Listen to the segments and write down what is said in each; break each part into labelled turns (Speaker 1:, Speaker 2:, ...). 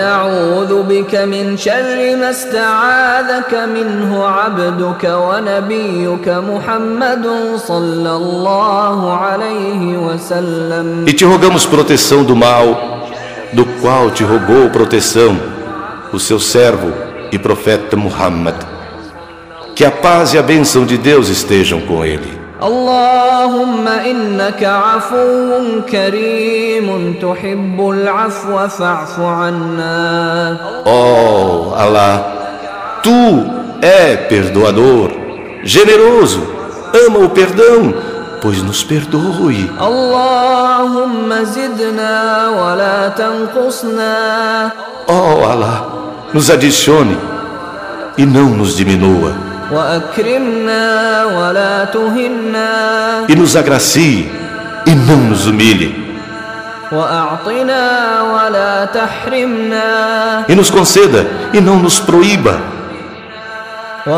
Speaker 1: ونعوذ بك من شر ما استعاذك منه عبدك ونبيك محمد صلى الله عليه وسلم
Speaker 2: E te rogamos proteção do mal, do qual te rogou proteção o seu servo e profeta Muhammad. Que a paz e a bênção de Deus estejam com ele.
Speaker 1: اللهم إنك عفو كريم تحب العفو فاعف عنا
Speaker 2: Ó Alá, tu é perdoador, generoso, ama o perdão, pois nos perdoe.
Speaker 1: اللهم زدنا ولا تنقصنا
Speaker 2: Ó Alá, nos adicione e não nos diminua,
Speaker 1: وأكرمنا ولا تهنا
Speaker 2: e nos agracie e não nos humilhe,
Speaker 1: وأعطنا ولا تحرمنا
Speaker 2: e nos conceda e não nos proíba,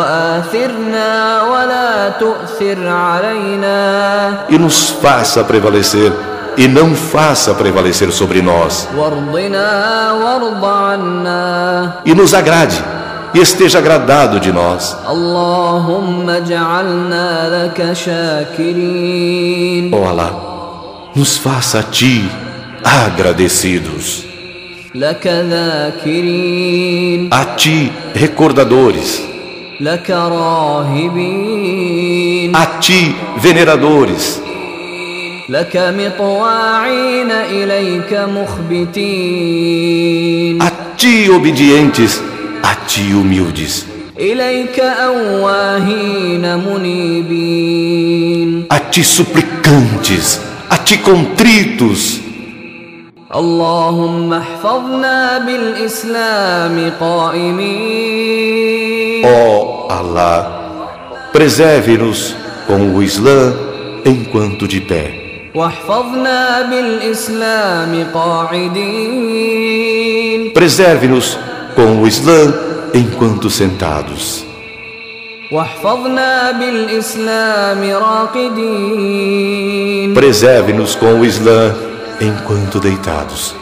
Speaker 1: وآثرنا ولا تؤثر علينا
Speaker 2: e nos faça prevalecer e não faça prevalecer sobre nós,
Speaker 1: وارضنا وارض عنا
Speaker 2: e nos agrade e esteja agradado de nós.
Speaker 1: اللهم اجعلنا لك شاكرين
Speaker 2: Ó Alá, nos faça a ti agradecidos,
Speaker 1: لك ذاكرين
Speaker 2: a ti recordadores,
Speaker 1: لك راهبين
Speaker 2: a ti veneradores,
Speaker 1: لك مطواعين إليك مخبتين
Speaker 2: a ti obedientes, a ti humildes,
Speaker 1: إليك أواهين منيبين
Speaker 2: a ti suplicantes, a ti contritos.
Speaker 1: اللهم احفظنا بالإسلام قائمين
Speaker 2: Ó Alá, preserve-nos com o Islã enquanto de pé
Speaker 1: واحفظنا بالإسلام قاعدين
Speaker 2: preserve-nos com o Islã enquanto sentados
Speaker 1: واحفظنا بالإسلام راقدين
Speaker 2: preserve-nos com o Islã enquanto deitados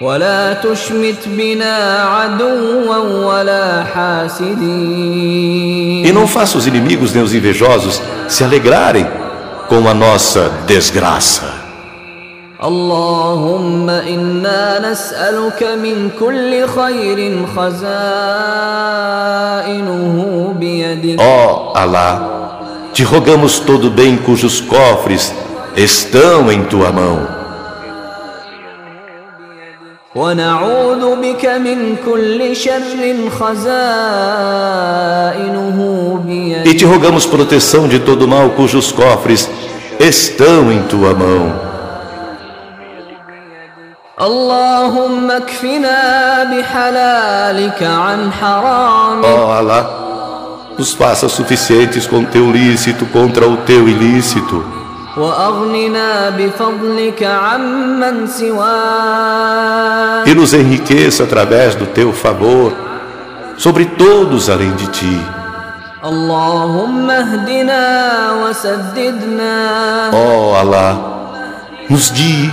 Speaker 1: ولا تشمت بنا عدوا ولا حاسدين
Speaker 2: e não faça os inimigos nem os invejosos se alegrarem com a nossa desgraça
Speaker 1: اللهم إنا نسألك من كل خير خزائنه بيدك
Speaker 2: ó Alá te rogamos todo bem cujos cofres estão em tua mão
Speaker 1: ونعوذ بك من كل شر خزائنه
Speaker 2: e
Speaker 1: بيدك
Speaker 2: te rogamos proteção de todo mal cujos cofres estão em tua mão
Speaker 1: اللهم اكفنا بحلالك عن حرامك
Speaker 2: Ó Alá, nos faça suficientes com teu lícito contra o teu ilícito
Speaker 1: وأغننا بفضلك عمن سواك
Speaker 2: e nos enriqueça através do teu favor sobre todos além de ti.
Speaker 1: اللهم اهدنا وسددنا
Speaker 2: Ó Alá, nos guie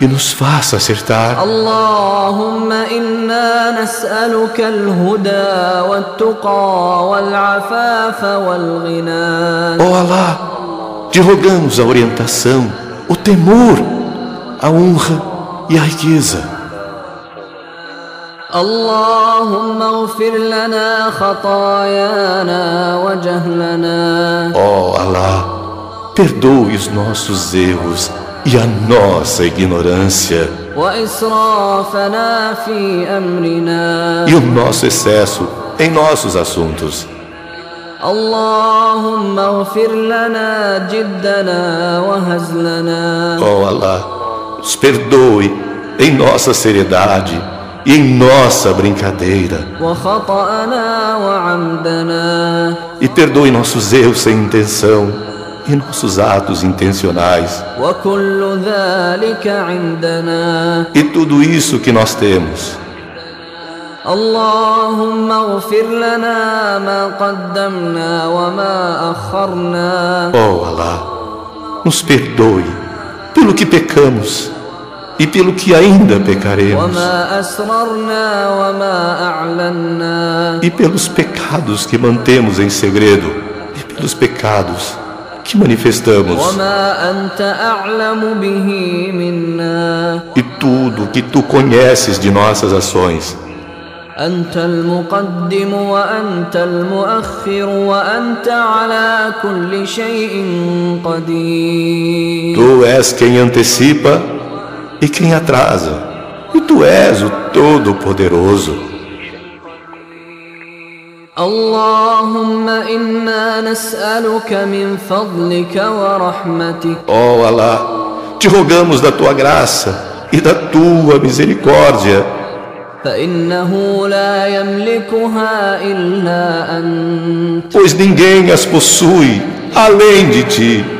Speaker 2: e nos faça acertar.
Speaker 1: اللهم إنا نسألك الهدى والتقى والعفاف والغنى
Speaker 2: Ó Alá, te rogamos a orientação, o temor, a honra e a riqueza.
Speaker 1: اللهم اغفر لنا خطايانا وجهلنا
Speaker 2: Ó Alá, perdoe os nossos erros e a nossa ignorância.
Speaker 1: وإسرافنا في أمرنا
Speaker 2: e o nosso excesso em nossos assuntos.
Speaker 1: اللهم اغفر لنا جدنا وهزلنا
Speaker 2: Ó Alá, nos perdoe em nossa seriedade e em nossa brincadeira.
Speaker 1: وخطأنا وعمدنا
Speaker 2: E perdoe nossos erros sem intenção e nossos atos intencionais.
Speaker 1: وكل ذلك عندنا
Speaker 2: E tudo isso que nós temos.
Speaker 1: اللهم اغفر لنا ما قدمنا وما أخرنا
Speaker 2: Ó Alá, nos perdoe pelo que pecamos e pelo que ainda pecaremos,
Speaker 1: وما أسررنا وما أعلنا
Speaker 2: e pelos pecados que mantemos em segredo, e pelos pecados que manifestamos,
Speaker 1: وما أنت أعلم به منا
Speaker 2: e tudo que tu conheces de nossas ações.
Speaker 1: أنت المقدم وأنت المؤخر وأنت على كل شيء قدير
Speaker 2: Tu és quem antecipa e quem atrasa, e tu és o Todo-Poderoso.
Speaker 1: اللهم إنا نسألك من فضلك ورحمتك
Speaker 2: Ó Alá, te rogamos da tua graça e da tua misericórdia,
Speaker 1: فإنه لا يملكها إلا أنت
Speaker 2: pois ninguém as possui além de ti.